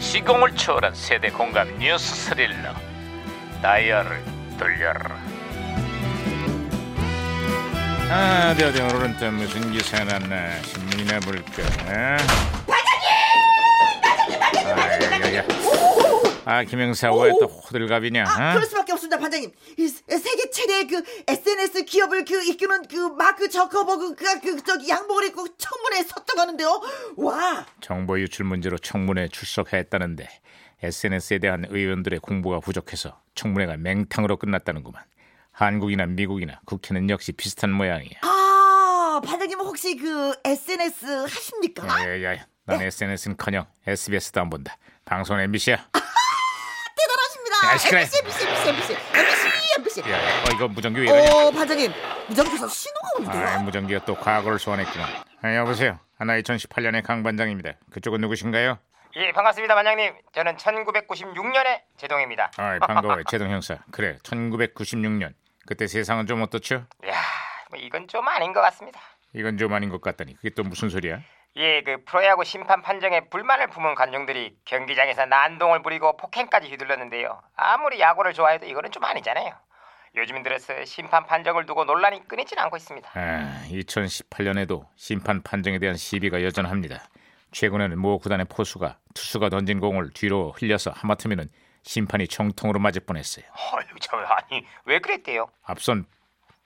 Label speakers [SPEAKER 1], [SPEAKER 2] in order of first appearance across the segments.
[SPEAKER 1] 시공을 초월한 세대 공감 뉴스 스릴러 다이얼을 돌려라 아 어디 어디 오늘은 또 무슨 기사 났나 신문이나 볼까 아, 반장님! 반장님! 아 김영사 왜 또 호들갑이냐
[SPEAKER 2] 아,
[SPEAKER 1] 어?
[SPEAKER 2] 그럴 수밖에 없습니다, 반장님. 이 세- 세계 최대 그 SNS 기업을 그 이끄는 그 마크 저커버그가 그 저기 양복을 입고 청문회에 섰다고 하는데요. 와,
[SPEAKER 1] 정보 유출 문제로 청문회에 출석했다는데 SNS에 대한 의원들의 공부가 부족해서 청문회가 맹탕으로 끝났다는구만. 한국이나 미국이나 국회는 역시 비슷한 모양이야.
[SPEAKER 2] 아, 반장님 은 혹시 그 SNS 하십니까?
[SPEAKER 1] 야야야, 난 SNS는커녕 SBS도 안 본다. 방송은 MBC야.
[SPEAKER 2] 대단하십니다.
[SPEAKER 1] 야, 시끄러워.
[SPEAKER 2] MBC, MBC, MBC, MBC, MBC.
[SPEAKER 1] 야, 야, 어, 이거 무전기 왜 이러냐?
[SPEAKER 2] 오, 반장님, 무전기에서 신호가
[SPEAKER 1] 아,
[SPEAKER 2] 오는데요.
[SPEAKER 1] 무전기가 또 과거를 소환했구나. 아, 여보세요. 하나 2018년의 강 반장입니다. 그쪽은 누구신가요?
[SPEAKER 3] 예, 반갑습니다, 반장님. 저는 1996년에 제동입니다.
[SPEAKER 1] 아, 반가워요, 제동 형사. 그래, 1996년. 그때 세상은 좀 어떻죠?
[SPEAKER 3] 이야, 뭐 이건 좀 아닌 것 같습니다.
[SPEAKER 1] 이건 좀 아닌 것 같다니. 그게 또 무슨 소리야?
[SPEAKER 3] 예, 그 프로야구 심판 판정에 불만을 품은 관중들이 경기장에서 난동을 부리고 폭행까지 휘둘렀는데요. 아무리 야구를 좋아해도 이거는 좀 아니잖아요. 요즘 들어서 심판 판정을 두고 논란이 끊이질 않고 있습니다.
[SPEAKER 1] 아, 2018년에도 심판 판정에 대한 시비가 여전합니다. 최근에는 모 구단의 포수가 투수가 던진 공을 뒤로 흘려서 하마터면은 심판이 정통으로 맞을 뻔했어요.
[SPEAKER 3] 아유, 참 아니 왜 그랬대요?
[SPEAKER 1] 앞선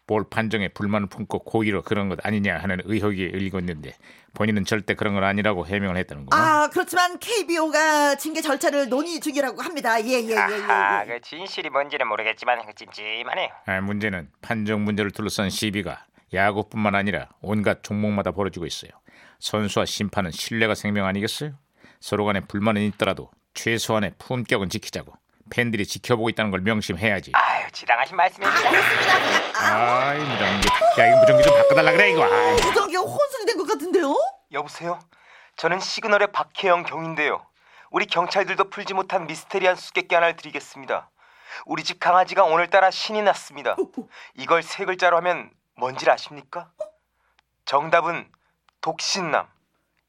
[SPEAKER 1] 볼 판정에 불만을 품고 고의로 그런 것 아니냐 하는 의혹이 일고 있는데 본인은 절대 그런 건 아니라고 어? 해명을 했다는 거예요.
[SPEAKER 2] 아, 그렇지만 KBO가 징계 절차를 논의 중이라고 합니다. 예, 예, 예,
[SPEAKER 3] 아하,
[SPEAKER 2] 예. 예.
[SPEAKER 3] 그 진실이 뭔지는 모르겠지만 그 찜찜하네요.
[SPEAKER 1] 아, 문제는 판정 문제를 둘러싼 시비가 야구뿐만 아니라 온갖 종목마다 벌어지고 있어요. 선수와 심판은 신뢰가 생명 아니겠어요? 서로 간에 불만은 있더라도 최소한의 품격은 지키자고 팬들이 지켜보고 있다는 걸 명심해야지.
[SPEAKER 3] 아유, 지당하신 말씀입니다.
[SPEAKER 1] 아이 무전기, 야 이거 무전기 좀 바꿔달라 그래 이거. 아이.
[SPEAKER 2] 무전기가 혼선이 된 것 같은데요?
[SPEAKER 3] 여보세요? 저는 시그널의 박혜영 경인데요. 우리 경찰들도 풀지 못한 미스테리한 수수께끼 하나를 드리겠습니다. 우리 집 강아지가 오늘따라 신이 났습니다. 이걸 세 글자로 하면 뭔지 아십니까? 정답은 독신남.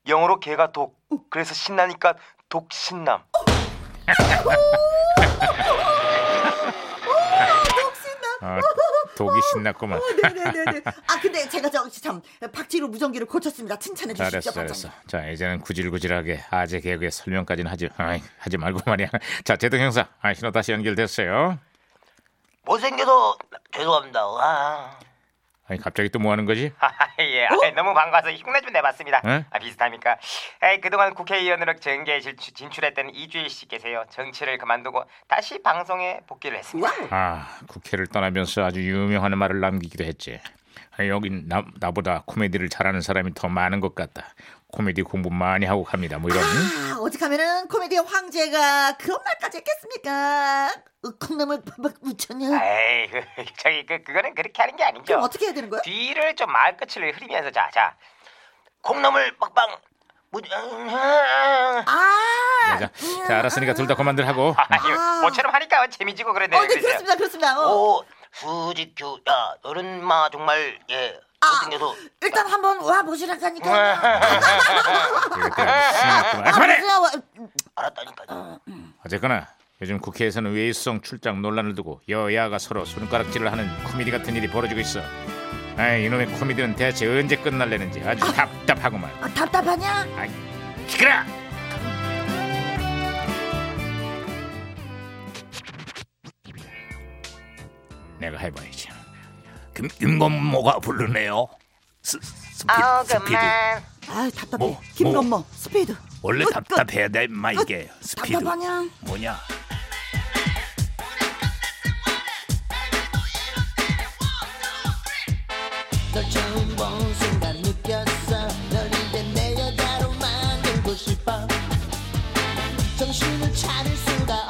[SPEAKER 3] 영어로 개가 독. 그래서 신나니까 독신남.
[SPEAKER 1] 아, 독이 신났구만.
[SPEAKER 2] 네네네네. 아 근데 제가 저참 박지로 무전기를 고쳤습니다. 칭찬해
[SPEAKER 1] 잘했어
[SPEAKER 2] 주시죠,
[SPEAKER 1] 잘했어.
[SPEAKER 2] 반장님.
[SPEAKER 1] 자 이제는 구질구질하게 아재 개그의 설명까지는 하지 아이, 하지 말고 말이야. 자 제동 형사, 아, 신호 다시 연결됐어요.
[SPEAKER 3] 못생겨서 죄송합니다. 아,
[SPEAKER 1] 아니 갑자기 또 뭐 하는 거지?
[SPEAKER 3] 예,
[SPEAKER 2] 어?
[SPEAKER 3] 아이, 너무 반가워서 흉내 좀 내봤습니다.
[SPEAKER 2] 네?
[SPEAKER 1] 응?
[SPEAKER 3] 아, 비슷합니까? 에이, 그동안 국회의원으로 정계에 질- 진출했던 이주일 씨 계세요. 정치를 그만두고 다시 방송에 복귀를 했습니다.
[SPEAKER 2] 와우.
[SPEAKER 1] 아 국회를 떠나면서 아주 유명한 말을 남기기도 했지. 아, 여긴 나, 나보다 코미디를 잘하는 사람이 더 많은 것 같다. 코미디 공부 많이 하고 갑니다. 뭐 이런.
[SPEAKER 2] 아 어떡하면은 코미디 황제가 그런 말까지 했겠습니까? 콩나물 팍팍 묻혔냐?
[SPEAKER 3] 에이, 그, 저기 그 그거는 그렇게 하는 게 아니죠.
[SPEAKER 2] 그럼 어떻게 해야 되는 거야?
[SPEAKER 3] 뒤를 좀 말끝을 흐리면서 자, 자, 콩나물 먹방. 무... 아,
[SPEAKER 2] 아,
[SPEAKER 1] 자, 자 알았으니까 둘 다 그만들 하고. 아,
[SPEAKER 3] 이거 모처럼 하니까 재미지고 그러네요.
[SPEAKER 2] 어, 네 그렇습니다, 그렇습니다. 어.
[SPEAKER 3] 오, 수지큐, 야, 너는 마 정말 예
[SPEAKER 2] 아.
[SPEAKER 3] 못생겨서.
[SPEAKER 2] 일단 한번 와
[SPEAKER 3] 네.
[SPEAKER 2] 보시라니까.
[SPEAKER 1] 이것들 신났구만. 아, 그만해!
[SPEAKER 2] 음,
[SPEAKER 3] 알았다니까요.
[SPEAKER 1] 어쨌거나 요즘 국회에서는 외유성 출장 논란을 두고 여야가 서로 손가락질을 하는 코미디 같은 일이 벌어지고 있어. 아 이놈의 코미디는 대체 언제 끝날래는지 아주 답답하구만.
[SPEAKER 2] 아, 답답하냐?
[SPEAKER 1] 아이, 시끄러! 내가 해봐야지. 김 김건모가 부르네요. 스, 스피,
[SPEAKER 3] 아우
[SPEAKER 1] 스피드.
[SPEAKER 3] 그만.
[SPEAKER 2] 아 답답해.
[SPEAKER 1] 뭐,
[SPEAKER 2] 김건모
[SPEAKER 1] 뭐.
[SPEAKER 2] 스피드.
[SPEAKER 1] 원래
[SPEAKER 2] 끝, 끝.
[SPEAKER 1] 답답해야 돼 인마 이게
[SPEAKER 2] 끝.
[SPEAKER 1] 스피드.
[SPEAKER 2] 답답하냐?
[SPEAKER 1] 뭐냐?
[SPEAKER 4] 널 처음 본 순간 느꼈어 널 이제 내 여자로 만들고 싶어 정신을 차릴 수가